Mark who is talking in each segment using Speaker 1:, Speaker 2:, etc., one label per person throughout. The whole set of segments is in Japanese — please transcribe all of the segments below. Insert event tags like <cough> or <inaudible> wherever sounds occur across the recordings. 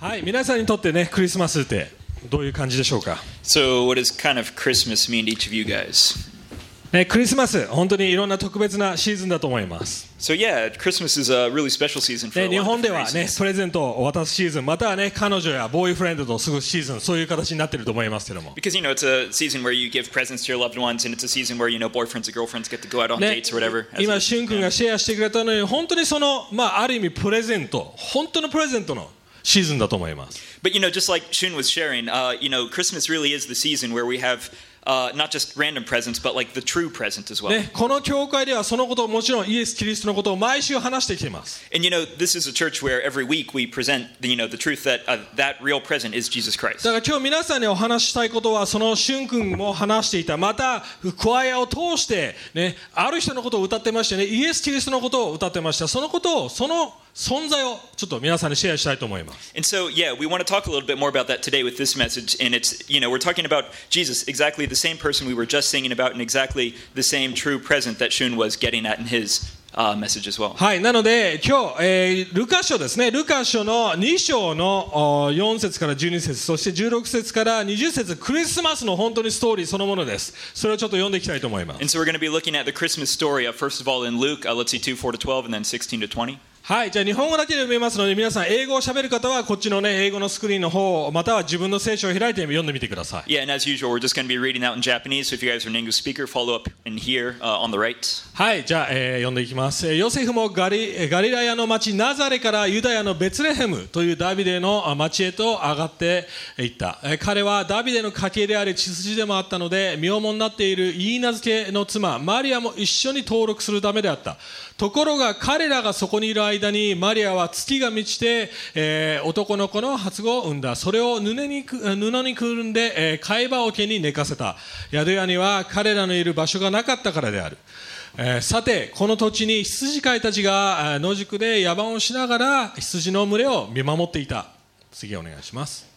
Speaker 1: はい皆さんにとってねクリスマスってどういう感じでしょうか、
Speaker 2: So, what does kind of Christmas mean to each of you guys?
Speaker 1: ね、クリスマス本当にいろんな特別なシーズンだと思います、
Speaker 2: So, yeah, Christmas is a really special season for
Speaker 1: ね、
Speaker 2: a
Speaker 1: 日
Speaker 2: lot
Speaker 1: 本
Speaker 2: of
Speaker 1: で
Speaker 2: different
Speaker 1: はね
Speaker 2: reasons.
Speaker 1: プレゼントを渡すシーズンまたはね彼女やボーイフレンドと過ごすシーズンそういう形になってると思いますけども
Speaker 2: Because you know it's a season where you give presents to your loved ones, and it's a season where you know boyfriends and girlfriends get to go out on
Speaker 1: ね
Speaker 2: dates or whatever. as
Speaker 1: 今
Speaker 2: it-
Speaker 1: しゅん君がシェアしてくれたのように本当にその、まあ、ある意味プレゼント本当のプレゼントのシーズンだと思います
Speaker 2: But you know, just like Shun was sharing, uh, you know, Christmas really is the season where we have uh, not just random presents, but like the true present as well.
Speaker 1: ね、この教会ではそのことをもちろんイエス・キリストのことを毎週話してきています
Speaker 2: And you know, this is a church where every week we present, the, you know, the truth that uh, that real present is Jesus Christ.
Speaker 1: だから今日皆さんにお話ししたいことはそのしゅん君も話していたまたクワイアを通して、ね、ある人のことを歌ってましてねイエス・キリストのことを歌ってましたそのことをその存在をちょっと皆さんにシェアしたいと思います
Speaker 2: And so, yeah, we want to talk a little bit more about that today with this message. And it's, you know, we're talking about Jesus, exactly the same person we were just singing about, and exactly the same true present that Shun was getting at in his uh, message as well.
Speaker 1: はいなので今日、えールカ書ですねルカ書の2章のお4節から12節そして16節から20節クリスマスの本当にストーリーそのものですそれをちょっと読んでいきたいと思います
Speaker 2: And so, we're going to be looking at the Christmas story, uh, first of all, in Luke, uh, let's see, 2, 4 to 12, and then 16 to 20.
Speaker 1: はい、じゃあ日本語だけで読めますので、皆さん、英語を喋る方は、こっちのね、英語のスクリーンの方、または自分の聖書を開いて読んでみてください。
Speaker 2: Yeah, and as usual, we're just going to be reading out in Japanese. So, if you guys are an English speaker, follow up in here uh, on the right.
Speaker 1: はい、じゃあ、えー読んでいきます。えーヨセフもガリえーガリラヤの町ナザレからユダヤのベツレヘムというダビデのあ町へと上がっていった。えー彼はダビデの家系であり血筋でもあったので、名門になっているイーナ付けの妻、マリアも一緒に登録するためであった。ところが彼らがそこにいる間に、マリアは月が満ちて、えー男の子の発語を産んだ。それを布にく布にくるんで、えー貝羽桶に寝かせた。宿屋には彼らのいる場所がなかったからである。えーさて、この土地に羊飼いたちがえー野宿で野蛮をしながら羊の群れを見守っていた。次お願いします。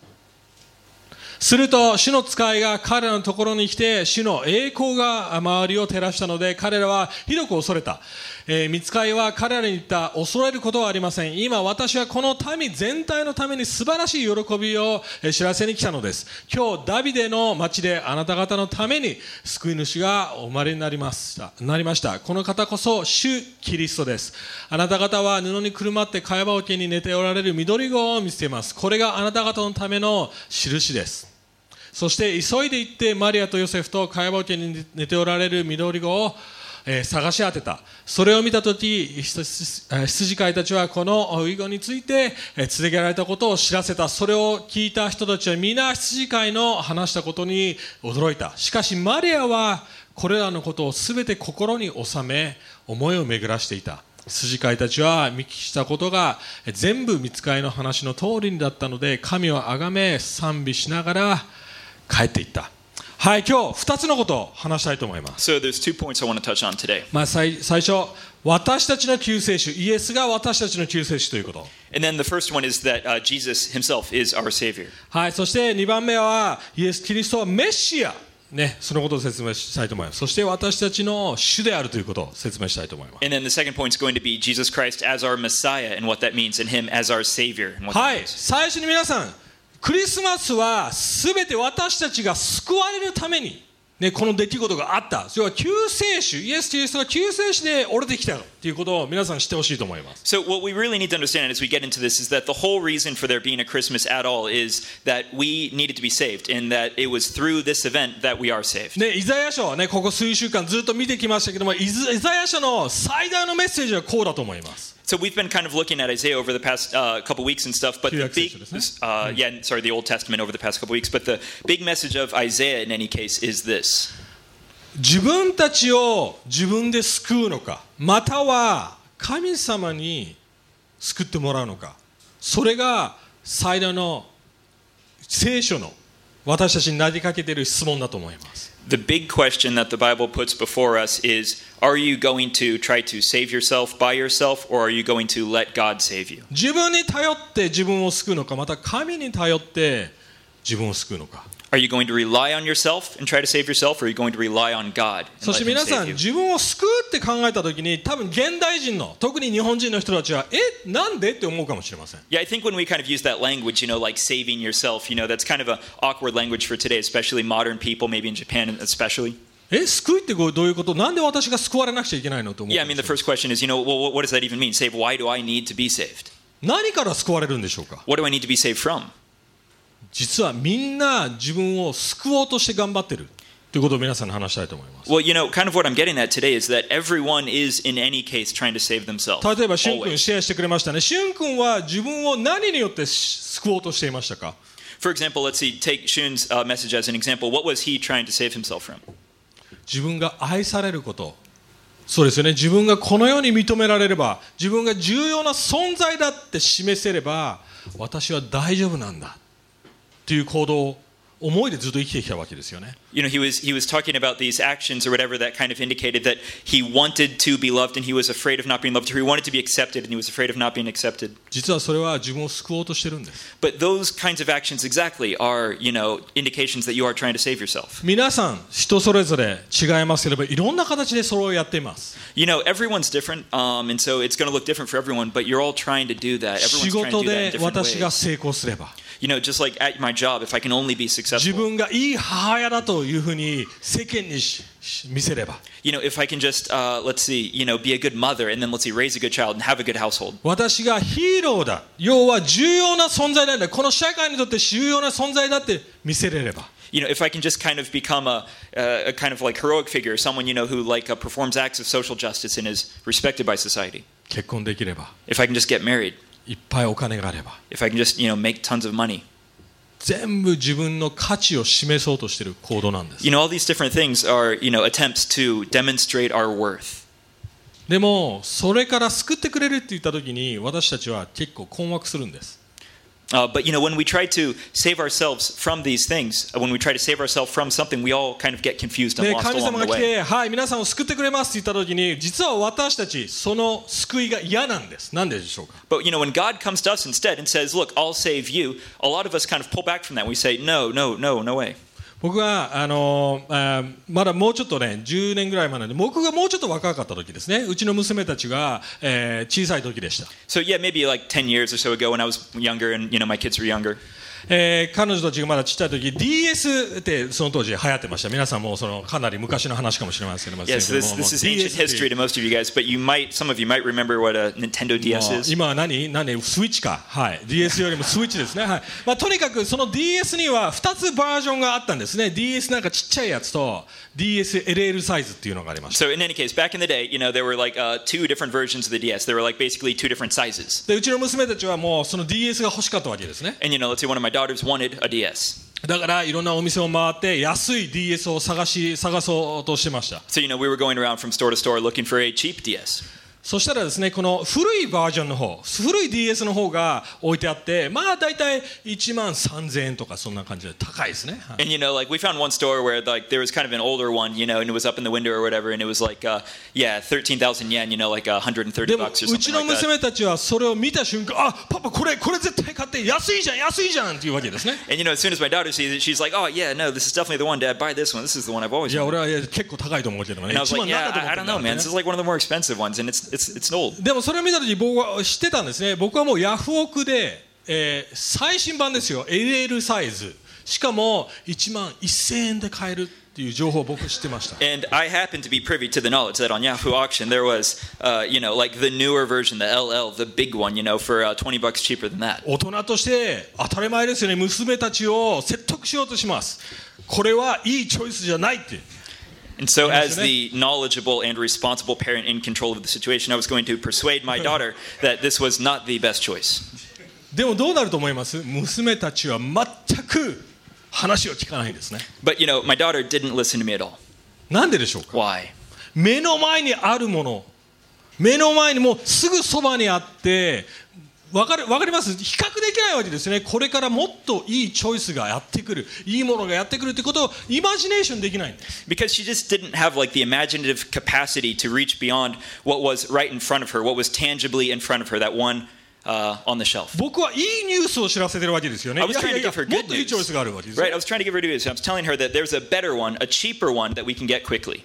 Speaker 1: すると主の使いが彼らのところに来て主の栄光が周りを照らしたので彼らはひどく恐れた、えー、見つかいは彼らに言った恐れることはありません今私はこの民全体のために素晴らしい喜びをえー知らせに来たのです今日ダビデの町であなた方のために救い主がお生まれになりましたなりましたこの方こそ主キリストですあなた方は布にくるまって茅場桶に寝ておられる緑子を見つけますこれがあなた方のための印ですそして急いで行ってマリアとヨセフと会話桶に寝ておられる緑子を、えー探し当てたそれを見た時羊えー羊飼いたちはこの遺言について、えー、連れげられたことを知らせたそれを聞いた人たちは皆羊飼いの話したことに驚いたしかしマリアはこれらのことをすべて心に収め思いを巡らしていた筋飼いたちは見聞きしたことが全部見つかいの話の通りだったので神をあがめ賛美しながら帰っていったはい今日2つのことを話したいと思います、
Speaker 2: So, there's two points I want to touch on today.
Speaker 1: まあ、最最初私たちの救世主イエスが私たちの救世主ということ
Speaker 2: And then the first one is that uh, Jesus himself is our Savior.
Speaker 1: はいそして2番目はイエス・キリストはメシアね、そのことを説明したいと思いますそして私たちの主であるということを説明したいと思います
Speaker 2: And then the second point is going to be Jesus Christ as our Messiah and what that means, and Him as our Savior. And what that
Speaker 1: はい、
Speaker 2: means.
Speaker 1: 最初に皆さん、クリスマスはすべて私たちが救われるために、ね、この出来事があった、それは救世主、イエス・キリストが救世主で降りてきたということを皆さん知ってほしいと思います。
Speaker 2: So, what we really need to understand as we get into this is that the whole reason for there being a Christmas at all is that we needed to be saved, and that it was through this event that we are saved.
Speaker 1: ね、イザヤ書はね、ここ数週間ずっと見てきましたけども、イズイザヤ書の最大のメッセージはこうだと思います。
Speaker 2: So, we've been kind of looking at Isaiah over the past uh, couple weeks and stuff, but
Speaker 1: Two
Speaker 2: the big,
Speaker 1: exegesis, isn't it?
Speaker 2: uh, yeah, sorry, the Old Testament over the past couple weeks, but the big message of Isaiah in any case is this.
Speaker 1: 自分たちを自分で救うのか、または神様に救ってもらうのか、それが最大の聖書の私たちに投げかけている質問だと思います。
Speaker 2: The big question that the Bible puts before us is Are you going to try to save yourself by yourself, or are you going to let God save you?
Speaker 1: 自分に頼って自分を救うのか、また神に頼って自分を救うのか
Speaker 2: Are you going to rely on yourself and try to save yourself, or are you going to rely on God? And
Speaker 1: そして
Speaker 2: let him
Speaker 1: 皆さん
Speaker 2: save you?
Speaker 1: 自分を救うって考えた時に多分現代人の特に日本人の人たちはえなんでって思うかもしれません
Speaker 2: Yeah, I think when we kind of use that language, you know, like saving yourself, you know, that's kind of an awkward language for today, especially modern people, maybe in Japan especially.
Speaker 1: え救いってこうどういうことなんで私が救われなくちゃいけないのと思う
Speaker 2: Yeah,
Speaker 1: か
Speaker 2: I
Speaker 1: もしれ
Speaker 2: mean,
Speaker 1: な
Speaker 2: the
Speaker 1: い
Speaker 2: first question is, you know, well, what does that even mean? Save, why do I need to be saved?
Speaker 1: 何から救われるんでしょうか
Speaker 2: What do I need to be saved from?
Speaker 1: 実はみんな自分を救おうとして頑張ってるということを皆さんに話したいと思います
Speaker 2: Well, you know, kind of what I'm getting at today is that everyone is, in any case, trying to save themselves.
Speaker 1: 例えばしゅん君
Speaker 2: always.
Speaker 1: シェアしてくれましたねしゅん君は自分を何によって救おうとしていましたか
Speaker 2: For example, let's see, take Shun's uh, message as an example. What was he trying to save himself from?
Speaker 1: 自分が愛されることそうですよね自分がこの世に認められれば自分が重要な存在だって示せれば私は大丈夫なんだっていう行動を思いでずっと生きてきたわけですよね
Speaker 2: You know, he was he was talking about these actions or whatever that kind of indicated that he wanted to be loved and he was afraid of not being loved, or he wanted to be accepted and he was afraid of not being accepted.
Speaker 1: 実はそれは自分を救おうとしてるんです
Speaker 2: But those kinds of actions exactly are, you know, indications that you are trying to save yourself.
Speaker 1: 皆さん人それぞれ違いますけれどいろんな形でそれをやっています
Speaker 2: You know, everyone's different, um, and so it's going to look different for everyone. But you're all trying to do that.
Speaker 1: 仕
Speaker 2: Everyone's trying to
Speaker 1: 事
Speaker 2: do that in
Speaker 1: で
Speaker 2: different
Speaker 1: 私が
Speaker 2: ways.
Speaker 1: 成功すれば
Speaker 2: You know, just like at my job, if I can only be
Speaker 1: 自
Speaker 2: successful,
Speaker 1: 分がいい母親だというふうに世間にしし見せれば
Speaker 2: you know, if I can just uh, let's see, you know, be a good mother and then let's see, raise a good child and have a good household.
Speaker 1: 私がヒーローだ要は重要な存在なんだこの社会にとって重要な存在だって見せれれば
Speaker 2: you know, if I can just kind of become a, uh, a, a kind of like heroic figure, someone you know who like uh, performs acts of social justice and is respected by society.
Speaker 1: 結婚できれば
Speaker 2: If I can just get married.
Speaker 1: いっぱいお金があれば
Speaker 2: If I can just you know make tons of money.
Speaker 1: 全部自分の価値を示そうとしている行動なんです
Speaker 2: You know, all these different things are you know attempts to demonstrate our worth.
Speaker 1: でもそれから救ってくれるって言った時に私たちは結構困惑するんです
Speaker 2: Uh, but you know, when we try to save ourselves from these things, uh, when we try to save ourselves from something, we all kind of get confused and
Speaker 1: で
Speaker 2: lost
Speaker 1: 神
Speaker 2: along
Speaker 1: 様
Speaker 2: the
Speaker 1: が来
Speaker 2: way.
Speaker 1: てはい皆さんを救ってくれますって言った時に実は私たちその救いが嫌なんですなんででしょうか
Speaker 2: But you know, when God comes to us instead and says, "Look, I'll save you," a lot of us kind of pull back from that. We say, "No, no, no, no way."
Speaker 1: 僕はあのあーまだもうちょっとね10年ぐらい前なんで僕がもうちょっと若かった時ですねうちの娘たちが、えー小さい時でした、
Speaker 2: So yeah, maybe like 10 years or so ago when I was younger and you know my kids were younger.
Speaker 1: えー彼女たちがまだちっちゃい時 DS ってその当時流行ってました皆さんもうそのかなり昔の話かもしれませんけども
Speaker 2: Yes, this this is ancient
Speaker 1: もう DS ってい
Speaker 2: history
Speaker 1: う
Speaker 2: to most of you guys, but you might some of you might remember what a Nintendo DS
Speaker 1: もう
Speaker 2: is.
Speaker 1: 今は何何スイッチか、はい、DS よりもスイッチですね、はいまあ、とにかくその DS には2つバージョンがあったんですね DS なんかちっちゃいやつと DSLL サイズっていうのがありました
Speaker 2: So in any case, back in the day, you know, there were like uh, two different versions of the DS. There were like basically two different sizes.
Speaker 1: でうちの娘たちはもうその DS が欲しかったわけですね
Speaker 2: And you know, let's say one of my daughters wanted a DS.
Speaker 1: だからいろんなお店を回って安い DS を探し探そうとしてました
Speaker 2: So you know, we were going around from store to store looking for a cheap DS.
Speaker 1: そしたらですねこの古いバージョンの方古い DS の方が置いてあってまあ大体1万3000円とかそんな感じで高いですね、はい
Speaker 2: And you know, like we found one store where like there was kind of an older one, you know, and it was up in the window or whatever, and it was like uh, yeah, 13,000 yen, you know, like 130
Speaker 1: でも
Speaker 2: bucks or
Speaker 1: うち
Speaker 2: something
Speaker 1: の
Speaker 2: like that.
Speaker 1: 娘たちはそれを見た瞬間あパパこれこれ絶対買って安いじゃん安いじゃんっていうわけです
Speaker 2: <laughs>
Speaker 1: ね
Speaker 2: And you know, as soon as my daughter sees it, she's like, "Oh yeah, no, this is definitely the one, Dad. Buy this one. This is the one I've always."
Speaker 1: いや
Speaker 2: wanted."
Speaker 1: 俺はいや結構高いと思うけどね
Speaker 2: And I was
Speaker 1: 1
Speaker 2: like,
Speaker 1: 万なん
Speaker 2: "Yeah,
Speaker 1: だと思ってんだ
Speaker 2: I, I don't know,
Speaker 1: みたいな
Speaker 2: man. This is like one of the more expensive ones, and it's it's it's old."
Speaker 1: でもそれを見た時僕は知ってたんですね僕はもうヤフオクで、えー最新版ですよ LL サイズしかも1万1000円で買えるっていう情報を僕知ってました
Speaker 2: <laughs> And I happen to be privy to the knowledge that on Yahoo auction there was, uh, you know, like the newer version, the LL, the big one, you know, for uh, twenty bucks cheaper than that.
Speaker 1: 大人として当たり前ですよね娘たちを説得しようとしますこれはいいチョイスじゃないって
Speaker 2: And so,
Speaker 1: Yeah,
Speaker 2: as
Speaker 1: so that-
Speaker 2: the knowledgeable and responsible parent in control of the situation, I was going to persuade my daughter that this was not the best choice.
Speaker 1: でもどうなると思います娘たちは全く話を聞かないんですね
Speaker 2: But you know, my daughter didn't listen to me at all.
Speaker 1: なんででしょうか
Speaker 2: Why?
Speaker 1: 目の前にあるもの目の前にもうすぐそばにあってわかるわかります比較できないわけですねこれからもっといいチョイスがやってくるいいものがやってくるってことをイマジネーションできないんです
Speaker 2: because she just didn't have like the imaginative capacity to reach beyond what was right in front of her, what was tangibly in front of her, that one uh, on the shelf.
Speaker 1: 僕はいいニュースを知らせてるわけですよね。い
Speaker 2: I
Speaker 1: や
Speaker 2: was
Speaker 1: い
Speaker 2: trying
Speaker 1: や
Speaker 2: to
Speaker 1: いや
Speaker 2: give
Speaker 1: も
Speaker 2: her
Speaker 1: っ
Speaker 2: good
Speaker 1: といいチョイス
Speaker 2: news.
Speaker 1: があるわけですよ
Speaker 2: Right? I was trying to give her good news. I was telling her that there's a better one, a cheaper one that we can get quickly.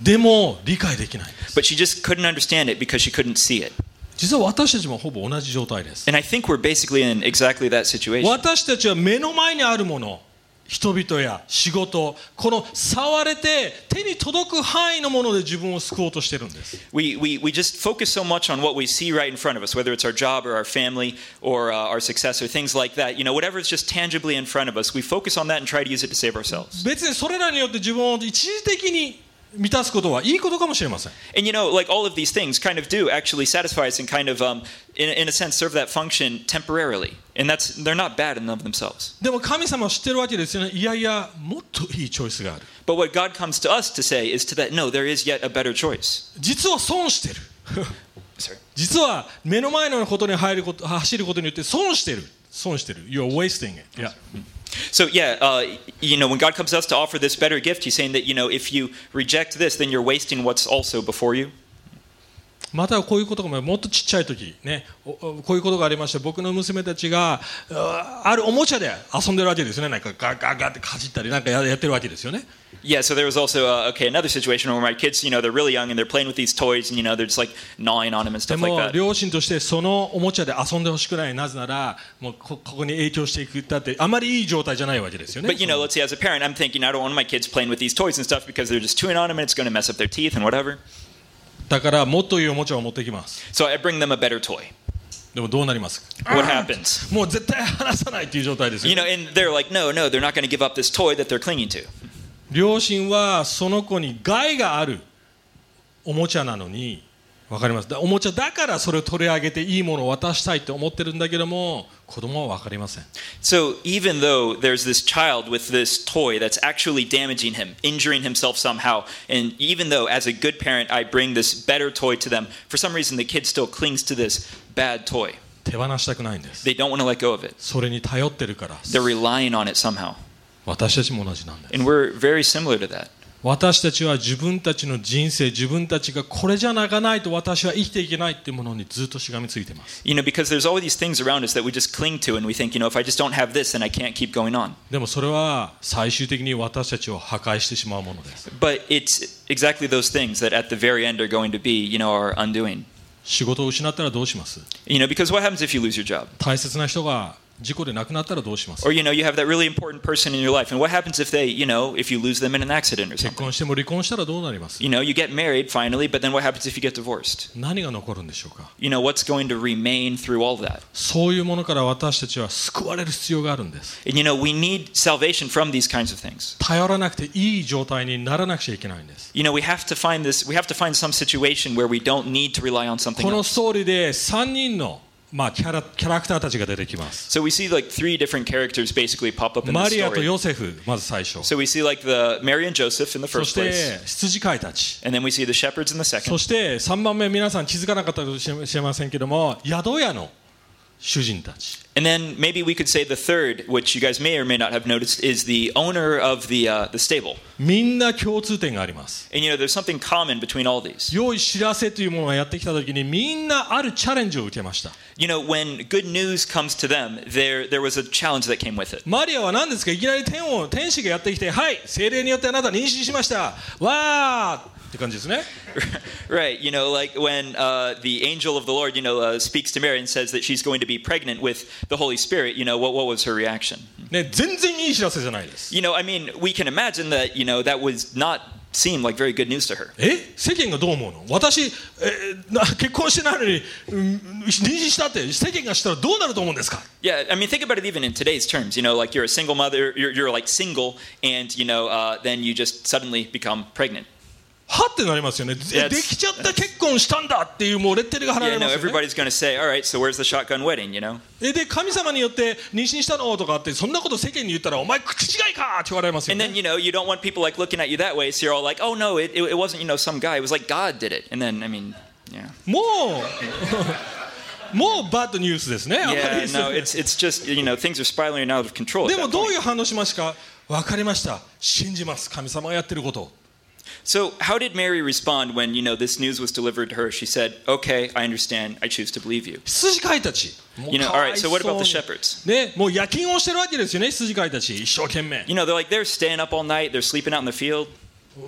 Speaker 1: でも理解できないんです。
Speaker 2: But she just couldn't understand it because she couldn't see it.
Speaker 1: 実は私たちもほぼ同じ状態です。
Speaker 2: And I think we're basically in exactly that situation.
Speaker 1: 私たちは目の前にあるもの、人々や仕事、この触れて手に届く範囲のもので自分を救おうとしてるんです。
Speaker 2: We, we, we just focus so much on what we see right in front of us, whether it's our job or our family or uh, our success or things like that. You know, whatever is just tangibly in front of us, we focus on that and try to use it to save ourselves.
Speaker 1: 別にそれらによって自分を一時的に満たすことはいいことかもしれません。
Speaker 2: And you know, like all of these things kind of do actually satisfy us and kind of, um, in, in a sense, serve that function temporarily. And that's, they're not bad in and of themselves.
Speaker 1: でも神様は知ってるわけですよね。いやいや、もっといいチョイスがある。
Speaker 2: But what God comes to us to say is to that, no, there is yet a better choice.
Speaker 1: 実は損してる。
Speaker 2: Sorry.
Speaker 1: 実は目の前のことに入ること走ることによって損してる損してる You're wasting it いや
Speaker 2: So yeah, uh, you know, when God comes to us to offer this better gift, He's saying that you know, if you reject this, then you're wasting what's also before you.
Speaker 1: またはこういうことがももっとちっちゃい時ねおおこういうことがありまして僕の娘たちがうーあるおもちゃで遊んでるわけですよねなんかガッガッガッってかじったりなんかややってるわけですよね
Speaker 2: Yeah. So there was also uh, okay another situation where my kids, you know, they're really young and they're playing with these toys, and you know, they're just like gnawing on them and
Speaker 1: で
Speaker 2: stuff
Speaker 1: も
Speaker 2: like that.
Speaker 1: 両親としてそのおもちゃで遊んでほしくないなぜならもうこここに影響していくだってあまりいい状態じゃないわけですよね
Speaker 2: But you know, let's say as a parent, I'm thinking I don't want my kids playing with these toys and stuff because they're just chewing on them and it's going to mess up their teeth and whatever.
Speaker 1: だからもっといいおもちゃを持ってきます
Speaker 2: So I bring them a better toy.
Speaker 1: でもどうなります
Speaker 2: What happens?
Speaker 1: もう絶対離さないっていう状態ですよ
Speaker 2: You know, and they're like, no, no, they're not going to give up this toy that they're clinging to.
Speaker 1: 両親はその子に害があるおもちゃなのにわかりますだおもちゃだからそれを取り上げていいものを渡したいって思ってるんだけども子供は分かりません
Speaker 2: So even though there's this child with this toy that's actually damaging him, injuring himself somehow, and even though as a good parent I bring this better toy to them, for some reason the kid still clings to this bad toy.
Speaker 1: 手放したくないんです
Speaker 2: They don't want to let go of it.
Speaker 1: それに頼ってるから
Speaker 2: They're relying on it somehow.
Speaker 1: 私たちも同じなんです
Speaker 2: And we're very similar to that.
Speaker 1: 私たちは自分たちの人生自分たちがこれじゃなかないと私は生きていけないっていうものにずっとしがみついてます
Speaker 2: You know, because there's all these things around us that we just cling to and we think, you know, if I just don't have this then I can't keep going on.
Speaker 1: でもそれは最終的に私たちを破壊してしまうものです
Speaker 2: But it's exactly those things that at the very end are going to be, you know, our undoing.
Speaker 1: 仕事を失ったらどうします
Speaker 2: You know, because what happens if you lose your job?
Speaker 1: 大切な人が事故で亡くなったらどうします
Speaker 2: Or you know, you have that really important person in your life, and what happens if they, you know, if you lose them in an accident or
Speaker 1: 結
Speaker 2: something?
Speaker 1: 婚しても離婚したらどうなります、
Speaker 2: You know, you get married finally, but then what happens if you get divorced?
Speaker 1: 何が残るんでしょうか
Speaker 2: You know, what's going to remain through all that?
Speaker 1: そういうものから私たちは救われる必要があるんです
Speaker 2: And you know, we need salvation from these kinds of things.
Speaker 1: 頼らなくていい状態にならなくちゃいけないんです
Speaker 2: You know, we have to find this. We have to find some situation where we don't need to rely on something.
Speaker 1: この
Speaker 2: Else.
Speaker 1: ストーリーで3人の、まあ、キャラキャラクターたちが出てきます
Speaker 2: So we see like three different characters basically pop up in
Speaker 1: マ
Speaker 2: the
Speaker 1: リアと
Speaker 2: story.
Speaker 1: ヨセフまず最初
Speaker 2: So we see like the Mary and Joseph in the
Speaker 1: そし
Speaker 2: first
Speaker 1: て
Speaker 2: place,
Speaker 1: 羊飼いたち
Speaker 2: and then we see the shepherds in the
Speaker 1: そ
Speaker 2: second.
Speaker 1: して3番目皆さん気づかなかったかもしれませんけども宿屋の主人たち
Speaker 2: And then maybe we could say the third, which you guys may or may not have noticed, is the owner of the uh, the stable.
Speaker 1: みんな共通点があります
Speaker 2: And you know, there's something common between all these.
Speaker 1: 良い知らせというものがやってきた時にみんなあるチャレンジを受けました
Speaker 2: You know, when good news comes to them, there there was a challenge that came with it.
Speaker 1: マリアは何ですかいきなり天を天使がやってきてはい精霊によってあなた妊娠しましたわーって感じですね
Speaker 2: right? You know, like when uh, the angel of the Lord, you know, uh, speaks to Mary and says that she's going to be pregnant with the Holy Spirit. You know, what what was her reaction?
Speaker 1: ね全然いい知らせじゃないです
Speaker 2: You know, I mean, we can imagine that. You know, that was not seem like very good news to her.
Speaker 1: え世間がどう思うの私、えーな結婚してないのに、うん妊娠したって世間がしたらどうなると思うんですか
Speaker 2: Yeah, I mean, think about it even in today's terms. You know, like you're a single mother, you're, you're like single, and you know, uh, then you just suddenly become pregnant.
Speaker 1: はってなりますよねえ
Speaker 2: That's-
Speaker 1: できちゃった結婚したんだっていうもうレッテルが貼ら
Speaker 2: Yeah,
Speaker 1: れ
Speaker 2: no,
Speaker 1: ますよ、ね、
Speaker 2: everybody's going to say, all right, so where's the shotgun wedding? You know.
Speaker 1: えで神様によって妊娠したのとかってそんなこと世間に言ったらお前口違いかって言われますよ
Speaker 2: And
Speaker 1: ね
Speaker 2: then you know you don't want people like looking at you that way, so you're all like, "Oh no, it, it, it wasn't you know some guy. It was like God did it." And then I mean, yeah,
Speaker 1: もうもうバッドニュースです <laughs> ねあんまり
Speaker 2: yeah,
Speaker 1: そう
Speaker 2: no, it's it's just you know things are spiraling out of control. at
Speaker 1: で
Speaker 2: that
Speaker 1: もどう
Speaker 2: point.
Speaker 1: いう反応しますか分かりました信じます神様がやってること
Speaker 2: So, how did Mary respond when, you know, this news was delivered to her? She said, "Okay, I understand. I choose to believe you."
Speaker 1: 羊飼いたち。もう
Speaker 2: You know,
Speaker 1: か
Speaker 2: all
Speaker 1: わい
Speaker 2: right.
Speaker 1: そ
Speaker 2: So,
Speaker 1: う
Speaker 2: what about the
Speaker 1: に
Speaker 2: shepherds?
Speaker 1: ね、もう夜勤をしてるわけですよね、羊飼いたち、一生懸命。
Speaker 2: You know, they're like they're staying up all night. They're sleeping out in the field.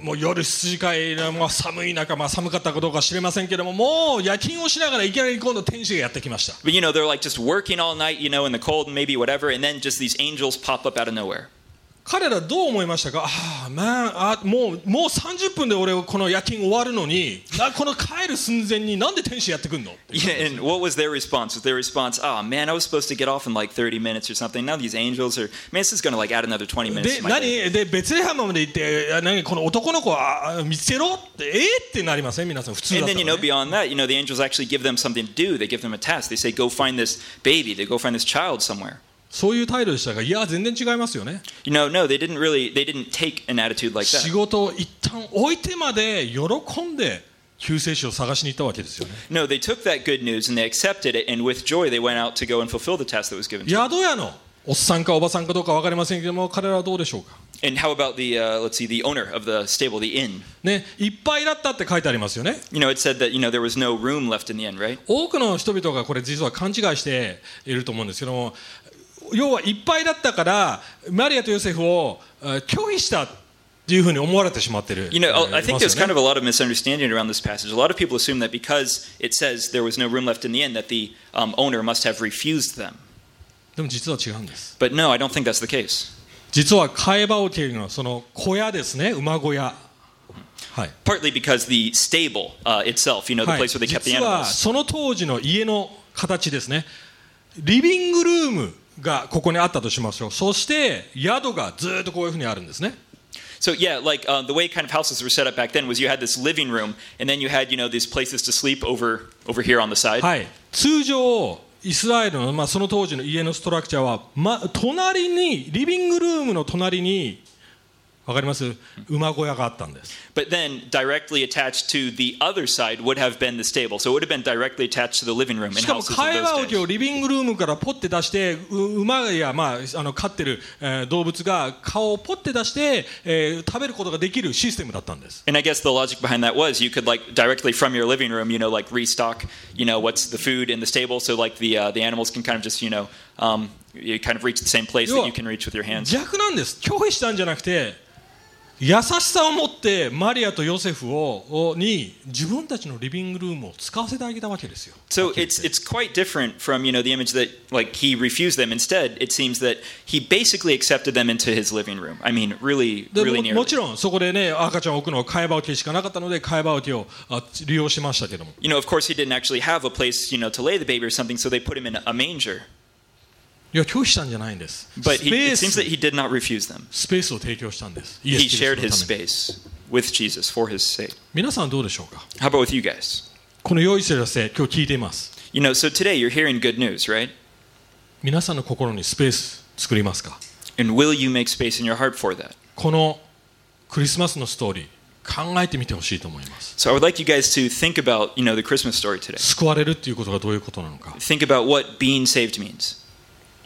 Speaker 1: もう夜羊飼いの、まあ、寒い中、まあ、寒かったかどうか知れませんけども、もう夜勤をしながらいきなり今度、天使がやってきました。
Speaker 2: But you know, they're like just working all night, you know, in the cold and maybe whatever, and then just these angels pop up out of nowhere. <laughs>
Speaker 1: 彼らどう思いましたか、ああ、まあ、あもうもう30分で俺、この夜勤終わるのに、なこの帰る寸前になんで天使やってくんの
Speaker 2: Yeah, and what was their response? Was their response, "Oh man, I was supposed to get off in like 30 minutes or something. Now these angels are man, this is going to like add another 20
Speaker 1: で
Speaker 2: minutes." To my day."
Speaker 1: 何でベツレハムまで行ってあ何この男の子はあ見つけろってえー、ってなりません皆さん普通だっ
Speaker 2: And
Speaker 1: たら
Speaker 2: then you know
Speaker 1: ね
Speaker 2: beyond that, you know the angels actually give them something to do. They give them a task. They say, "Go find this baby. They go find this child somewhere."
Speaker 1: そういう態度でしたがいや全然違いますよね
Speaker 2: You know, no, they didn't really. They didn't take an attitude like
Speaker 1: 仕
Speaker 2: that.
Speaker 1: 事を一旦置いてまで喜んで救世主を探しに行ったわけですよね
Speaker 2: No, they took that good news and they accepted it, and with joy they went out to go and fulfill the task that was given. to them.
Speaker 1: 宿屋のおっさんかおばさんかどうか分かりませんけども彼らはどうでしょうか
Speaker 2: And how about the uh, let's see, the owner of the stable, the inn?
Speaker 1: ねいっぱいだったって書いてありますよね
Speaker 2: You know, it said that you know there was no room left in the inn, right?
Speaker 1: 多くの人々がこれ実は勘違いしていると思うんですけども要はいっぱいだったからマリアとヨセフをえー拒否したっていうふうに思われてしまってる。
Speaker 2: You know,
Speaker 1: え
Speaker 2: I
Speaker 1: ー
Speaker 2: think
Speaker 1: います
Speaker 2: there's
Speaker 1: よ
Speaker 2: kind
Speaker 1: ね
Speaker 2: of a lot of misunderstanding around this passage. A lot of people assume that because it says there was no room left in the inn, that the um, owner must have refused them.
Speaker 1: でも実は違うんです。
Speaker 2: But no, I don't think that's the case.
Speaker 1: 実は貝羽桶のその小屋ですね、馬小屋。はい。
Speaker 2: Partly because the stable uh, itself, you know, the
Speaker 1: はい
Speaker 2: place where they kept the
Speaker 1: 実は
Speaker 2: animals.
Speaker 1: その当時の家の形ですね。リビングルームがここにあったとしましょう。そして宿がずっとこういうふうにあるんですね。
Speaker 2: So yeah, like uh, the way kind of houses were set up back then was you had this living room, and then you had you know these places to sleep over over here on the side.
Speaker 1: はい、通常イスラエルの、まあ、その当時の家のストラクチャーは、ま、隣にリビングルームの隣にわかります馬小屋があったんです、
Speaker 2: But then directly attached to the other side would have been the stable. So it would have been directly attached to the living room in
Speaker 1: しかも
Speaker 2: houses of
Speaker 1: 会話
Speaker 2: those
Speaker 1: 桶を
Speaker 2: days.
Speaker 1: リビングルームからポッて出してう馬や、まあ、あの飼ってる、えー動物が顔をポッて出して、えー食べることができるシステムだったんです
Speaker 2: And I guess the logic behind that was you could like directly from your living room, you know, like restock, you know, what's the food in the stable, so like the uh, the animals can kind of just you know, um, you kind of reach the same place that
Speaker 1: Yeah.
Speaker 2: you can reach with your hands.
Speaker 1: 逆なんです拒否したんじゃなくて優しさを持ってマリアとヨセフををに自分たちのリビングルームを使わせてあげたわけですよ
Speaker 2: So it's it's quite different from you know the image that like he refused them. Instead, it seems that he basically accepted them into his living room. I mean, really,
Speaker 1: でも
Speaker 2: really
Speaker 1: も
Speaker 2: nearly.
Speaker 1: ちろんそこでね赤ちゃんを置くのは替え羽桶しかなかったので替え羽桶をあ利用しましたけども
Speaker 2: You know, of course, he didn't actually have a place you know to lay the baby or something, so they put him in a manger.
Speaker 1: いや拒否したんじゃないんですスペ
Speaker 2: But he,
Speaker 1: ー
Speaker 2: it seems
Speaker 1: ス
Speaker 2: that he did not refuse them.
Speaker 1: スペースを提供したんですイエス
Speaker 2: He
Speaker 1: キリス
Speaker 2: shared
Speaker 1: トの
Speaker 2: his
Speaker 1: ために
Speaker 2: space with Jesus for his sake.
Speaker 1: 皆さんどうでしょうか
Speaker 2: How about with you guys?
Speaker 1: この良い知らせ今日聞いています
Speaker 2: You know, so today you're hearing good news, right?
Speaker 1: 皆さんの心にスペース作りますか
Speaker 2: And will you make space in your heart for that?
Speaker 1: このクリスマスのストーリー考えてみてほしいと思います
Speaker 2: So I would like you guys to think about, you know, the Christmas story today.
Speaker 1: 救われるっていうことがどういうことなのか
Speaker 2: Think about what being saved means.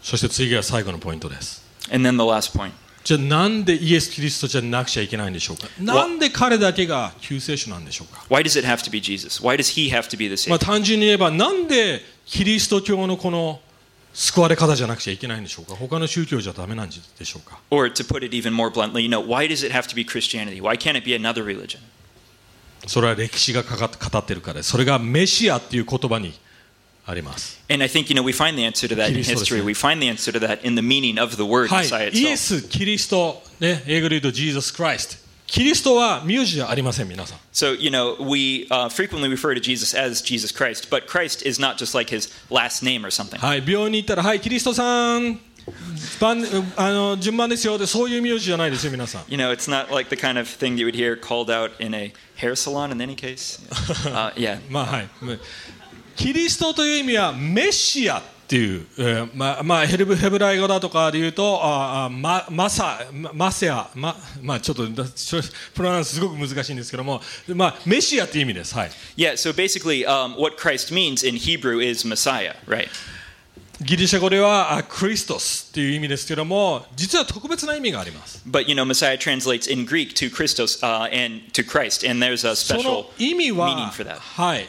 Speaker 1: そして次が最後のポイントです
Speaker 2: And then the last point.
Speaker 1: じゃあなんでイエス・キリストじゃなくちゃいけないんでしょうかなんで彼だけが救世主なんでしょうか
Speaker 2: Why does it have to be Jesus? Why does he have to be the
Speaker 1: まあ、
Speaker 2: savior?
Speaker 1: 単純に言えばなんでキリスト教のこの救われ方じゃなくちゃいけないんでしょうか他の宗教じゃダメなんでしょうか
Speaker 2: Or to put it even more bluntly, you know, why does it have to be Christianity? Why can't it be another religion?
Speaker 1: それは歴史がかかっ語ってるからですそれがメシアっていう言葉にあります
Speaker 2: And I think, you know, we find the answer to that in
Speaker 1: キリストですね。
Speaker 2: history. We find the answer to that in the meaning of the word
Speaker 1: は
Speaker 2: Messiah
Speaker 1: いイエ
Speaker 2: itself.
Speaker 1: ス・キリストね英語で言うと Jesus Christ キリストは名字じゃありません皆さん
Speaker 2: So, you know, we uh, frequently refer to Jesus as Jesus Christ, but Christ is not just like his last name or something.
Speaker 1: はい病院に行ったらはいキリストさん <laughs> 番あの順番ですよでそういう名字じゃないですよ皆さん
Speaker 2: You know, it's not like the kind of thing that you would hear called out in a hair salon in any case. Uh, yeah.
Speaker 1: まあはい、キリストという意味はメシアっていう、えーまあまあ、ヘルブヘブライ語だとかで言うとああまマサまマセア、ままあ、ちょっとだちょプロナウンスすごく難しいんですけども、まあ、メシアっていう意味です、はい、
Speaker 2: Yeah, so basically, um, what Christ means in Hebrew is Messiah, right?
Speaker 1: ギリシャ語ではあクリストスという意味ですけども実は特別な意味があります
Speaker 2: But you know, Messiah translates in Greek to Christos uh, and to Christ, and there's a
Speaker 1: その
Speaker 2: special
Speaker 1: 意味は
Speaker 2: meaning for that.
Speaker 1: はい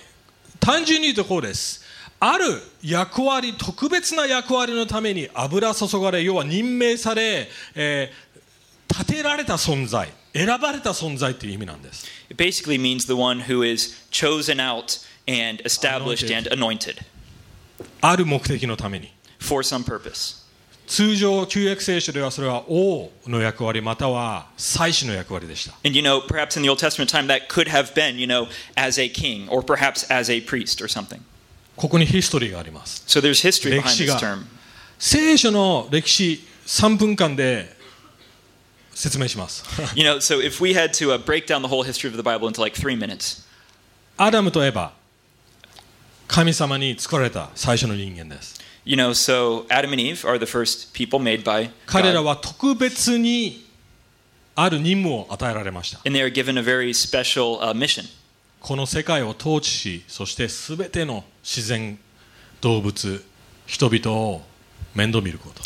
Speaker 1: 単純に言うとこうですある役割特別な役割のために油注がれ要は任命され、えー立てられた存在選ばれた存在という意味なんです
Speaker 2: It basically means the one who is chosen out and established
Speaker 1: Anointed.
Speaker 2: and anointed
Speaker 1: ある目的のために
Speaker 2: for some purpose.
Speaker 1: 通常旧約聖書ではそれは王の役割または祭司の役割でした
Speaker 2: And you know, perhaps in the Old Testament time, that could have been, you know, as a king or perhaps as a priest or something.
Speaker 1: ここにヒストリーがあります
Speaker 2: So there's history behind
Speaker 1: Lexiga.
Speaker 2: this term.
Speaker 1: 聖書の歴史3分間で説明します
Speaker 2: You know, so if we had to uh, break down the whole history of the Bible into like three minutes,
Speaker 1: アダムとエバ神様に作られた最初の人間です
Speaker 2: you know, so Adam and Eve are the first people made by
Speaker 1: 彼ら
Speaker 2: God,
Speaker 1: は特別にある任務を与えられました
Speaker 2: and they are given a very special uh, mission.
Speaker 1: この世界を統治しそして全ての自然動物人々を面倒見ること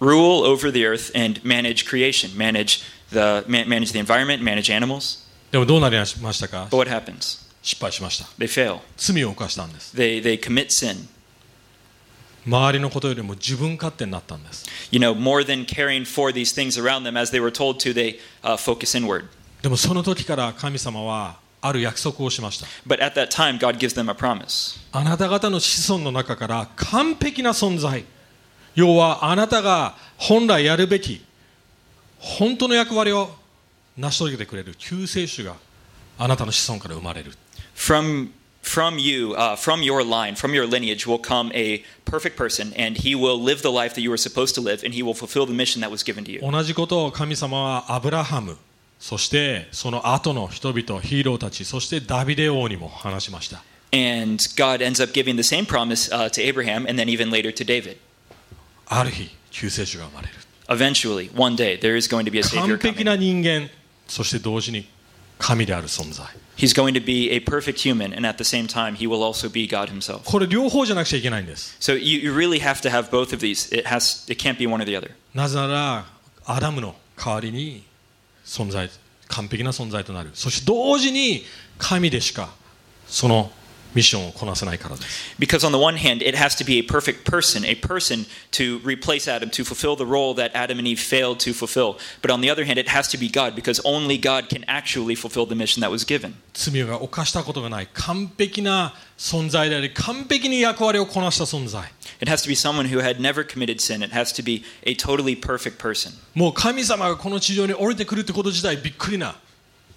Speaker 2: rule over the earth and manage creation, manage the ma- manage the environment, manage animals.
Speaker 1: でもどうなりましたか
Speaker 2: But what happens?
Speaker 1: 失敗しました
Speaker 2: They fail.
Speaker 1: 罪を犯したんです
Speaker 2: They they commit sin.
Speaker 1: 周りのことよりも自分勝手になったんです
Speaker 2: You know, more than caring for these things around them as they were told to, they uh, focus inward.
Speaker 1: でもその時から神様はある約束をしました
Speaker 2: But at that time, God gives them a promise.
Speaker 1: あなた方の子孫の中から完璧な存在要はあなたが本来やるべき本当の役割を成し遂げてくれる救世主があなたの子孫から生まれる
Speaker 2: From from you, uh, from your line, from your lineage, will come a perfect person, and he will live the life that you were supposed to live, and he will fulfill the mission that was given to you.
Speaker 1: 同じことを神様はアブラハムそしてその後の人々ヒーローたちそしてダビデ王にも話しました
Speaker 2: And God ends up giving the same promise uh, to Abraham, and then even later to David.
Speaker 1: ある日救世主が生まれる
Speaker 2: Eventually, one day, there is going to be a Savior
Speaker 1: 完璧な
Speaker 2: coming.
Speaker 1: 人間そして同時に神である存在
Speaker 2: He's going to be a perfect human, and at the same time, he will also be God himself.
Speaker 1: これ両方じゃなくちゃいけないんです
Speaker 2: So you, you really have to have both of these. It has it can't be one or the other.
Speaker 1: なぜならアダムの代わりに存在完璧な存在となるそして同時に神でしかそのミッションをこなせないからです
Speaker 2: Because on the one hand, it has to be a perfect person, a person to replace Adam, to fulfill the role that Adam and Eve failed to fulfill. But on the other hand, it has to be God, because only God can actually fulfill the mission that was given.
Speaker 1: 罪が犯したことがない完璧な存在であり完璧に役割をこなした存在
Speaker 2: It has to be someone who had never committed sin. It has to be a totally perfect person.
Speaker 1: もう神様がこの地上に降りてくるってこと自体びっくりな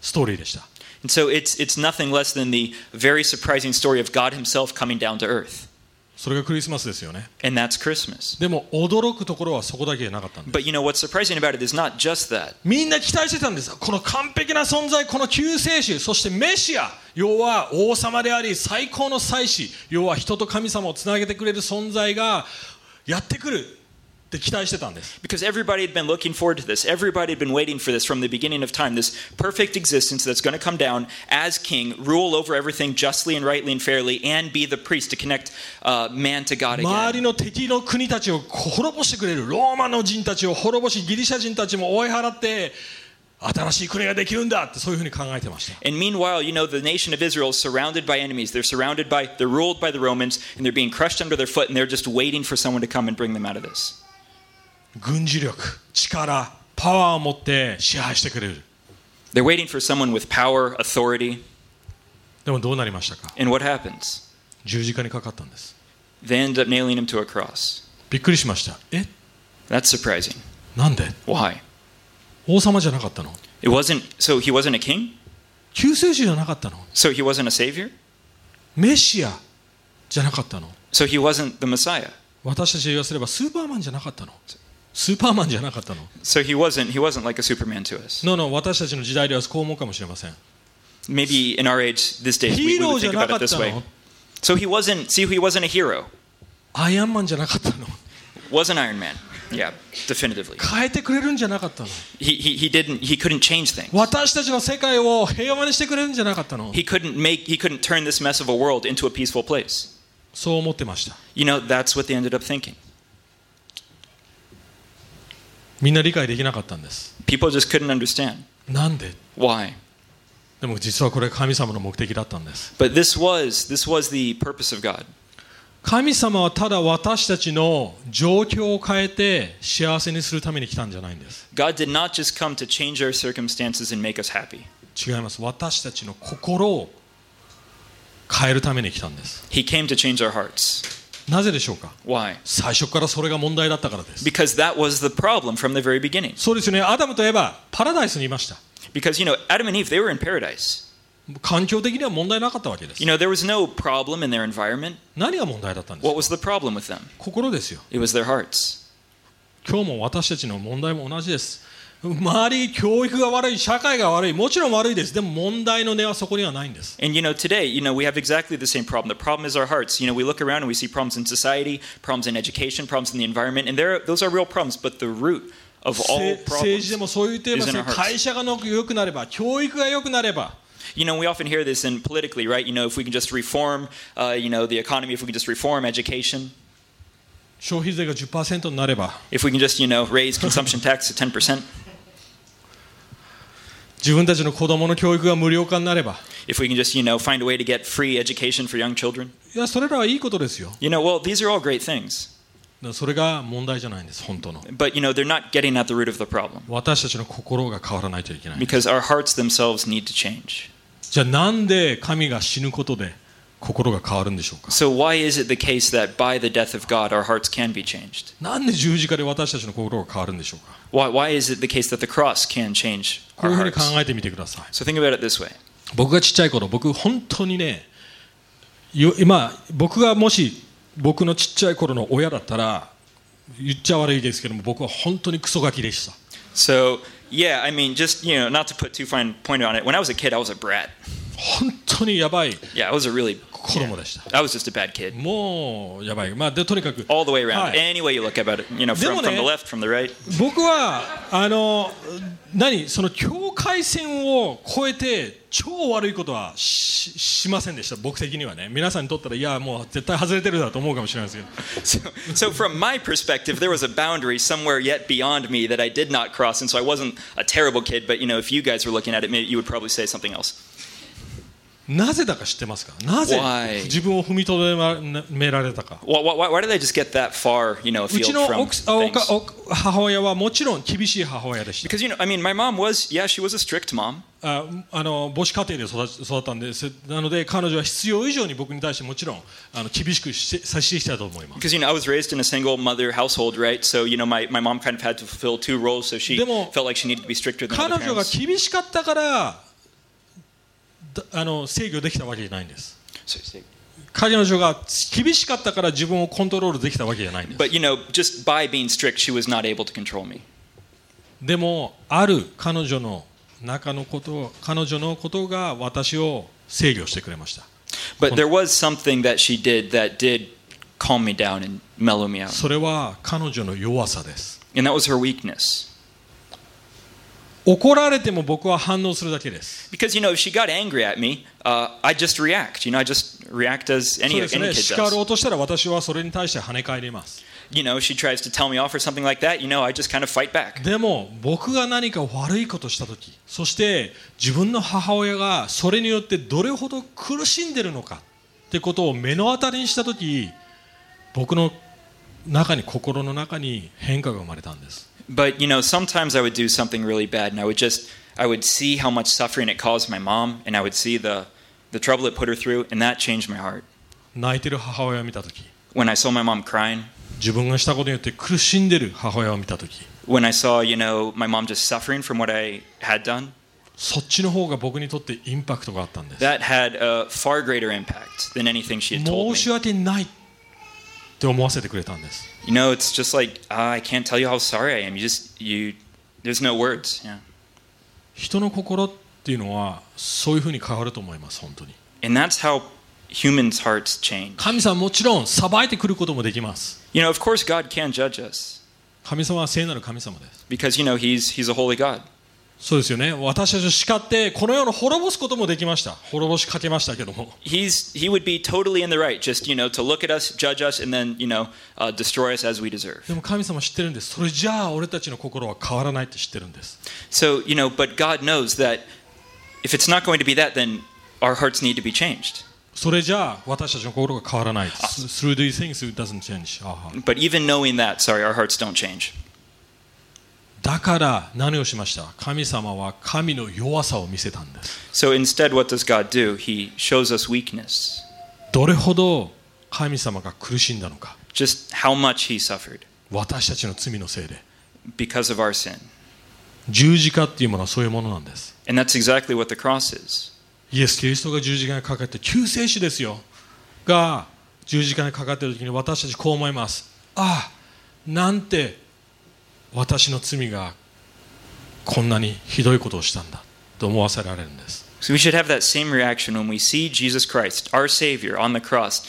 Speaker 1: ストーリーでした
Speaker 2: And so it's it's nothing less than the very surprising story of God himself coming down to earth.
Speaker 1: それがクリスマスですよね
Speaker 2: And that's Christmas.
Speaker 1: でも驚くところはそこだけじゃなかったんです
Speaker 2: But you know what's surprising about it is not just that.
Speaker 1: みんな期待してたんですこの完璧な存在この救世主そしてメシア要は王様であり最高の祭司要は人と神様をつなげてくれる存在がやってくるって期待してたんです
Speaker 2: Because everybody had been looking forward to this. Everybody had been waiting for this from the beginning of time. This perfect existence that's going to come down as king, rule over everything justly and rightly and fairly, and be the priest to connect uh, man to God
Speaker 1: 周り
Speaker 2: again.
Speaker 1: の敵の国たちを滅ぼしてくれるローマの人たちを滅ぼしギリシャ人たちも追い払って新しい国ができるんだってそういうふうに考えてました
Speaker 2: And meanwhile, you know, the nation of Israel is surrounded by enemies. They're surrounded by, they're ruled by the Romans, and they're being crushed under their foot, and they're just waiting for someone to come and bring them out of this.
Speaker 1: 軍事力力パワーを持って支配してくれる
Speaker 2: They're waiting for someone with power, authority.
Speaker 1: でもどうなりましたか
Speaker 2: And what happens?
Speaker 1: 十字架にかかったんです
Speaker 2: They end up nailing him to a cross.
Speaker 1: びっくりしましたえ
Speaker 2: That's surprising.
Speaker 1: なんで
Speaker 2: Why?
Speaker 1: 王様じゃなかったの
Speaker 2: It wasn't so he wasn't a king?
Speaker 1: 救世主じゃなかったの
Speaker 2: So he wasn't a savior?
Speaker 1: メシアじゃなかったの
Speaker 2: So he wasn't the Messiah.
Speaker 1: 私たちが言わせればスーパーマンじゃなかったのスーパーマンじゃなかったの
Speaker 2: So he wasn't he wasn't like a superman to us.
Speaker 1: のの私たちの時代ではこう思うかもしれません
Speaker 2: Maybe in our age this day
Speaker 1: ヒー
Speaker 2: we, we
Speaker 1: ロー
Speaker 2: would
Speaker 1: じゃ
Speaker 2: think
Speaker 1: な
Speaker 2: about
Speaker 1: かっ
Speaker 2: it
Speaker 1: た
Speaker 2: this way.
Speaker 1: の
Speaker 2: So he wasn't see he wasn't a hero.
Speaker 1: アイアンマンじゃなかったの
Speaker 2: Wasn't Iron Man. Yeah, definitively.
Speaker 1: 変えてくれるんじゃなかったの
Speaker 2: He he, he didn't he couldn't change things.
Speaker 1: 私たちの世界を平和にしてくれるんじゃなかったの
Speaker 2: He couldn't make he couldn't turn this mess of a world into a peaceful place.
Speaker 1: そう思ってました
Speaker 2: You know, that's what they ended up thinking.
Speaker 1: みんな理解できなかったんです
Speaker 2: People just couldn't understand
Speaker 1: なんで
Speaker 2: why.
Speaker 1: でも実はこれ神様の目的だったんです
Speaker 2: But this was this was the purpose of God.
Speaker 1: 神様はただ私たちの状況を変えて幸せにするために来たんじゃないんです
Speaker 2: God did not just come to change our circumstances and make us happy.
Speaker 1: 違います私たちの心を変えるために来たんです
Speaker 2: He came to change our hearts.
Speaker 1: なぜでしょうか
Speaker 2: Why?
Speaker 1: 最初からそれが問題だったからです
Speaker 2: Because that was the problem from the very beginning.
Speaker 1: そうですよねアダムとエヴァパラダイスにいました
Speaker 2: Because you know, Adam and Eve, they were in paradise.
Speaker 1: 環境的には問題なかったわけです
Speaker 2: You know, there was no problem in their environment.
Speaker 1: 何が問題だったんです
Speaker 2: What
Speaker 1: か
Speaker 2: was the problem with them?
Speaker 1: 心ですよ
Speaker 2: It was their hearts.
Speaker 1: 今日も私たちの問題も同じです周り教育が悪い社会が悪いもちろん悪いですでも問題の根はそこにはないんです
Speaker 2: And you know, today, you know, we have exactly the same problem. The problem is our hearts. You know, we look around and we see problems in society, problems in education, problems in the environment, and there those are real problems, but the root of
Speaker 1: せ
Speaker 2: all
Speaker 1: 政治でも
Speaker 2: problems.
Speaker 1: そう言っています
Speaker 2: is in
Speaker 1: よ
Speaker 2: our hearts.
Speaker 1: 会社が良くなれば教育が良くなれば
Speaker 2: You know, we often hear this in politically, right? You know, if we can just reform, uh, you know, the economy, if we can just reform education,
Speaker 1: 消費税が10%になれば
Speaker 2: if we can just, you know, raise consumption tax to 10%,
Speaker 1: 自分たちの子供の教育が無料化になれば
Speaker 2: if we can just, you know, find a way to get free education for young children.
Speaker 1: いやそれらはいいことですよだか
Speaker 2: You know, well, these are all great things,
Speaker 1: らそれが問題じゃないんです本当の
Speaker 2: but, you know, they're not getting at the root of the problem
Speaker 1: 私たちの心が変わらないといけない
Speaker 2: because our hearts themselves need to change.
Speaker 1: じゃあなんで神が死ぬことで心が変わるんでしょうか
Speaker 2: So, why is it the case that by the death of God, our hearts can be changed?
Speaker 1: なんで十字架で私たちの心が変わるんでしょうか
Speaker 2: Why, why is it the case that the cross can change
Speaker 1: こ
Speaker 2: our
Speaker 1: ういうふうに
Speaker 2: hearts?
Speaker 1: 考えてみてください
Speaker 2: So, think about it this way.
Speaker 1: 僕がちっちゃい頃僕本当にねよ今僕がもし僕のちっちゃい頃の親だったら言っちゃ悪いですけども僕は本当にクソガキでした
Speaker 2: So, yeah, I mean, just, you know, not to put too fine a point on it, when I was a kid, I was a brat.
Speaker 1: 本当にやばい
Speaker 2: Yeah, I was a really,
Speaker 1: 子供でした、
Speaker 2: I was just a bad kid.
Speaker 1: もうやばいまあでとにかく
Speaker 2: All the way around.
Speaker 1: Hi.
Speaker 2: Any way you look about it, you know, from, from the left, from the right. <laughs>
Speaker 1: 僕はあの何その境界線を越えて超悪いことはししませんでした僕的にはね皆さんにとったらいやもう絶対外れてるだろうと思うかもしれないですけど
Speaker 2: So, so, from my perspective, there was a boundary somewhere yet beyond me that I did not cross. And so, I wasn't a terrible kid, but, you know, if you guys were looking at it, maybe you would probably say something else.
Speaker 1: なぜだか知ってますかなぜ
Speaker 2: Why?
Speaker 1: 自分を踏みとどめられたか
Speaker 2: Why, why, why did I just get that far, you know,
Speaker 1: う
Speaker 2: afield
Speaker 1: ちの
Speaker 2: from
Speaker 1: 奥さんあおか
Speaker 2: things?
Speaker 1: お母親はもちろん厳しい母親でした
Speaker 2: Because, you know, I mean, my mom was, yeah, she was a strict mom.
Speaker 1: ああの母子家庭で育ち育ったんですなので彼女は必要以上に僕に対してもちろんあの厳しくしてさしてきたと思います
Speaker 2: Because, you know, I was raised in a single mother household, right? So, you know, my, my mom kind of had to fulfill two roles, so she
Speaker 1: でも、
Speaker 2: felt like she needed to be stricter than
Speaker 1: 彼
Speaker 2: other
Speaker 1: 女が
Speaker 2: parents.
Speaker 1: 厳しかったからだあの制御できたわけじゃないんです
Speaker 2: So-
Speaker 1: 彼女が厳しかったから自分をコントロールできたわけじゃないんです
Speaker 2: But, you know, just by being strict, she was not able to control me.
Speaker 1: でもある彼女の中のことを彼女のことが私を制御してくれました
Speaker 2: But there was something that she did that did calm me down and mellow me out.
Speaker 1: それは彼女の弱さです
Speaker 2: And that was her weakness.
Speaker 1: 怒られても僕は反応するだけです
Speaker 2: Because, you know, if she got angry at me, uh, I just react. You know, I just react as
Speaker 1: そう
Speaker 2: any,
Speaker 1: で
Speaker 2: any
Speaker 1: すね
Speaker 2: kid
Speaker 1: 叱
Speaker 2: does.
Speaker 1: ろうとしたら私はそれに対して跳ね返ります
Speaker 2: you know, she tries to tell me off or something like that, you know, I just kind of fight back.
Speaker 1: でも僕が何か悪いことした時そして自分の母親がそれによってどれほど苦しんでるのかってことを目の当たりにした時僕の中に心の中に変化が生まれたんです
Speaker 2: But, you know, sometimes I would do something really bad and I would just, I would see how much suffering it caused my mom and I would see the, the trouble it put her through and that changed my heart.
Speaker 1: 泣いてる母親を見た時
Speaker 2: When I saw my mom crying,
Speaker 1: 自分がしたことによって苦しんでる母親を見た時
Speaker 2: when I saw, you know, my mom just suffering from what I had done,
Speaker 1: そっちの方が僕にとってインパクトがあったんです
Speaker 2: that had a far greater impact than anything she had told
Speaker 1: 申
Speaker 2: me.
Speaker 1: し訳ないって思わせてくれたんです
Speaker 2: You know, it's just like, ah, I can't tell you how sorry I am. You just, you, there's no words. Yeah.
Speaker 1: 人の心っていうのはそういうふうに変わると思います本当に
Speaker 2: And that's how humans' hearts change.
Speaker 1: 神様もちろん裁いてくることもできます
Speaker 2: You know, of course, God can judge us.
Speaker 1: 神様は聖なる神様です
Speaker 2: because you know he's he's a holy god
Speaker 1: そうですよね私たちを叱ってこの世を滅ぼすこともできました滅ぼしかけましたけども
Speaker 2: He's, he would be totally in the right, just, you know, to look at us, judge us, and then, you know, uh, destroy us as we deserve.
Speaker 1: でも神様知ってるんですそれじゃあ俺たちの心は変わらないって知ってるんです
Speaker 2: So, you know, but God knows that if it's not going to be that, then our hearts need to be changed.
Speaker 1: それじゃあ私たちの心が変わらない through these things it doesn't change ああ
Speaker 2: But even knowing that, sorry, our hearts don't change.
Speaker 1: だから何をしました神様は神の弱さを見せたんです
Speaker 2: So instead, what does God do? He shows us weakness,
Speaker 1: どれほど神様が苦しんだのか
Speaker 2: just how much He suffered
Speaker 1: 私たちの罪のせいで
Speaker 2: because of our sin.
Speaker 1: 十字架っていうものはそういうものなんです
Speaker 2: And that's exactly what the cross is.
Speaker 1: イエス・キリストが十字架にかかって救世主ですよが十字架にかかっている時に私たちこう思いますああなんて私の罪がこんなにひどいことをしたんだと思わせられるんです
Speaker 2: So we should have that same reaction when we see Jesus Christ, our Savior, on the cross.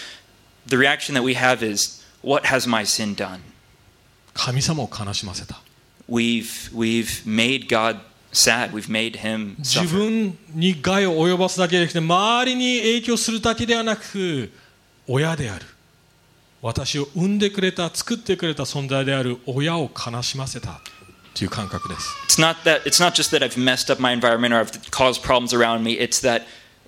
Speaker 2: The reaction that we have is, What has my sin done?
Speaker 1: 神様を悲しませた
Speaker 2: We've, we've made God sad, we've made Him
Speaker 1: 自
Speaker 2: suffer.
Speaker 1: 分に害を及ぼすだけでなくて周りに影響するだけではなく親である私を産んでくれた作ってくれた存在である親を悲しませたという感覚です
Speaker 2: It's not, that, it's not just that I've messed up my environment or I've caused problems around me, it's that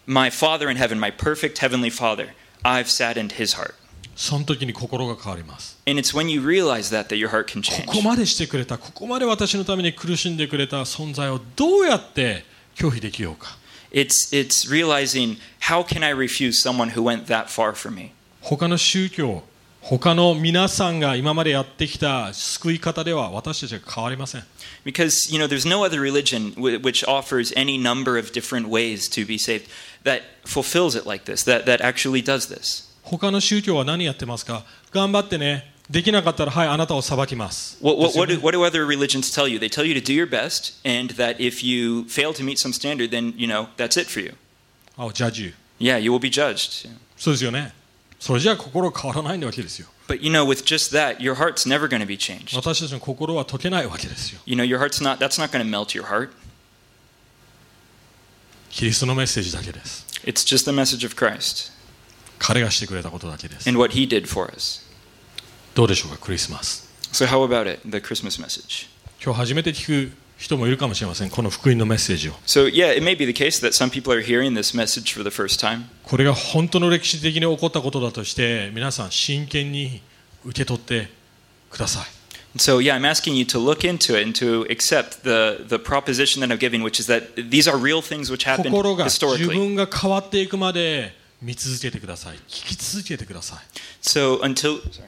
Speaker 2: my Father in heaven, my perfect Heavenly Father, I've saddened His heart.
Speaker 1: その時に心が変わります
Speaker 2: And it's when you realize that that your heart can
Speaker 1: ここ
Speaker 2: change.
Speaker 1: までしてくれたここまで私のために苦しんでくれた存在をどうやって拒否できようか
Speaker 2: It's it's realizing how can I refuse someone who went that far for me?
Speaker 1: 他の宗教他の皆さんが今までやってきた救い方では私たちは変わりません
Speaker 2: Because you know, there's no other religion w- which offers any number of different ways to be saved that fulfills it like this. That that actually does this.
Speaker 1: 他の宗教は何やってますか頑張ってねできなかったらはいあなたを裁きます
Speaker 2: What what, what,
Speaker 1: Yes,
Speaker 2: do, what do other religions tell you? They tell you to do your best, and that if you fail to meet some standard, then you know that's it for you.
Speaker 1: あジャッジ
Speaker 2: Yeah, you will be judged.
Speaker 1: そうですよねそれじゃあ心変わらないわけですよ
Speaker 2: But you know, with just that, your heart's never going to be changed.
Speaker 1: 私たちの心は解けないわけですよ
Speaker 2: You know, your heart's not. That's not going to melt your heart.
Speaker 1: キリストのメッセージだけです
Speaker 2: It's just the message of Christ
Speaker 1: 彼がしてくれたことだけです
Speaker 2: and what He did for us.
Speaker 1: どうでしょうかクリスマス
Speaker 2: So, how about it, the Christmas message?
Speaker 1: 今日初めて聞く人もいるかもしれませんこの福音のメッセージを
Speaker 2: So, yeah, it may be the case that some people are hearing this message for the first time.
Speaker 1: これが本当の歴史的に起こったことだとして皆さん真剣に受け取ってください
Speaker 2: So, yeah, I'm asking you to look into it and to accept the, the proposition that I'm giving, which is that these are real things which happened
Speaker 1: 心が自
Speaker 2: historically.
Speaker 1: 分が変わっていくまで見続けてください聞き続けてください
Speaker 2: So, until. Sorry.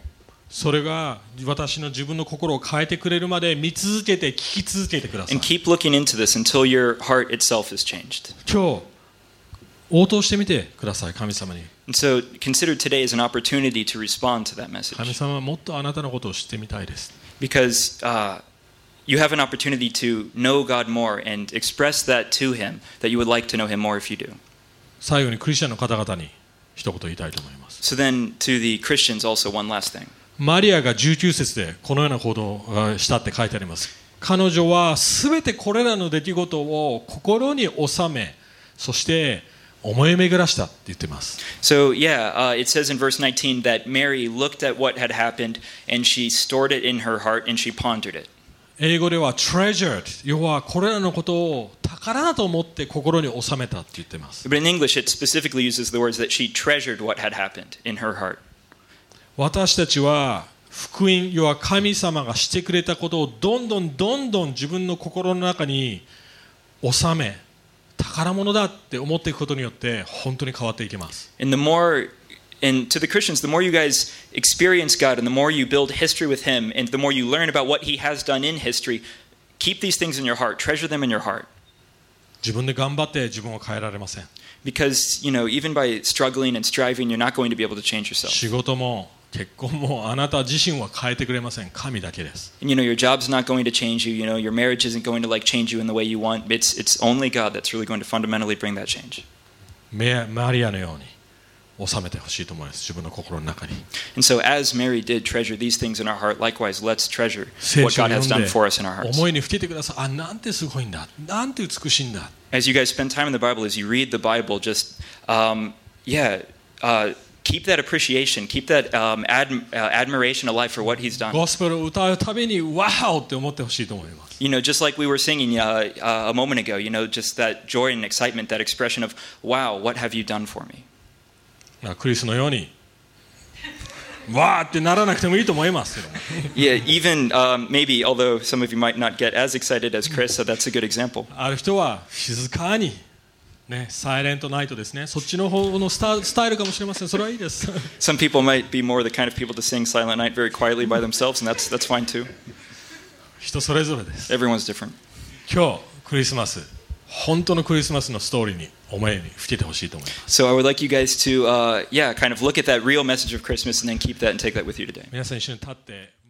Speaker 1: それが私の自分の心を変えてくれるまで見続けて聞き続けてください
Speaker 2: And keep looking into this until your heart itself is changed.
Speaker 1: 今日応答してみてください神様に
Speaker 2: And so, consider today as an opportunity to respond to that
Speaker 1: 神
Speaker 2: message.
Speaker 1: 様はもっとあなたのことを知ってみたいです
Speaker 2: Because uh, you have an opportunity to know God more and express that to Him, that you would like to know Him more if you do.
Speaker 1: 最後にクリスチャンの方々に一言言いたいと思います
Speaker 2: So then, to the Christians, also one last thing.
Speaker 1: マリアが19節でこのような行動をしたって書いてあります彼女はすべてこれらの出来事を心に収めそして思い巡らしたって言ってます
Speaker 2: So yeah, uh, it says in verse 19 that Mary looked at what had happened and she stored it in her heart and she pondered it.
Speaker 1: 英語では treasured 要はこれらのことを宝だと思って心に収めたって言ってます
Speaker 2: But in English, it specifically uses the words that she treasured what had happened in her heart.
Speaker 1: 私たちは福音要は神様がしてくれたことをどんどんどんどん自分の心の中に収め宝物だって思っていくことによって本当に変わっていきます
Speaker 2: And the more, and to the Christians, the more you guys experience God and the more you build history with Him and the more you learn about what He has done in history, keep these things in your heart, treasure them in your heart.
Speaker 1: 自分で頑張って自分を変えられません
Speaker 2: Because, you know, even by struggling and striving, you're not going to be able to change yourself.
Speaker 1: 仕事も結婚もあなた自身は変えてくれません神だけです
Speaker 2: And, you know your job's not going to change you you know your marriage isn't going to like change you in the way you want it's it's only god that's really going to fundamentally bring that change
Speaker 1: メマリアのように収めてほしいと思います自分の心の中に
Speaker 2: And so, as Mary did treasure these things in our heart, likewise, let's treasure
Speaker 1: 聖
Speaker 2: what
Speaker 1: 書を
Speaker 2: God
Speaker 1: 読
Speaker 2: has
Speaker 1: ん
Speaker 2: done
Speaker 1: で
Speaker 2: for us in our hearts.
Speaker 1: 思いにふけてくださいあなんてすごいんだなんて美しいんだ
Speaker 2: As you guys spend time in the Bible, as you read the Bible, just, um, yeah, uh, keep that appreciation, keep that um, adm- uh, admiration alive for what He's done.
Speaker 1: ゴスペルを歌うたびにワオって思ってほしいと思います
Speaker 2: You know, just like we were singing uh, uh, a moment ago, you know, just that joy and excitement, that expression of, wow, what have you done for me?
Speaker 1: まあクリスのようにわーってならなくてもいいと思いますけども
Speaker 2: Yeah, even um, maybe, although some of you might not get as excited as Chris, so that's a good example.
Speaker 1: ある人は静かにねサイレントナイトですねそっちの方のスタスタイルかもしれませんそれはいいです <laughs>
Speaker 2: Some people might be more the kind of people to sing Silent Night very quietly by themselves, and that's, that's fine too.
Speaker 1: 人それぞれです
Speaker 2: Everyone's different.
Speaker 1: 今日クリスマス本当のクリスマスのストーリーに思いにふけてほしいと思います
Speaker 2: So I would like you guys to, uh, yeah, kind of look at that real message of Christmas and then keep that and take that with you today.
Speaker 1: 皆さん一緒に立って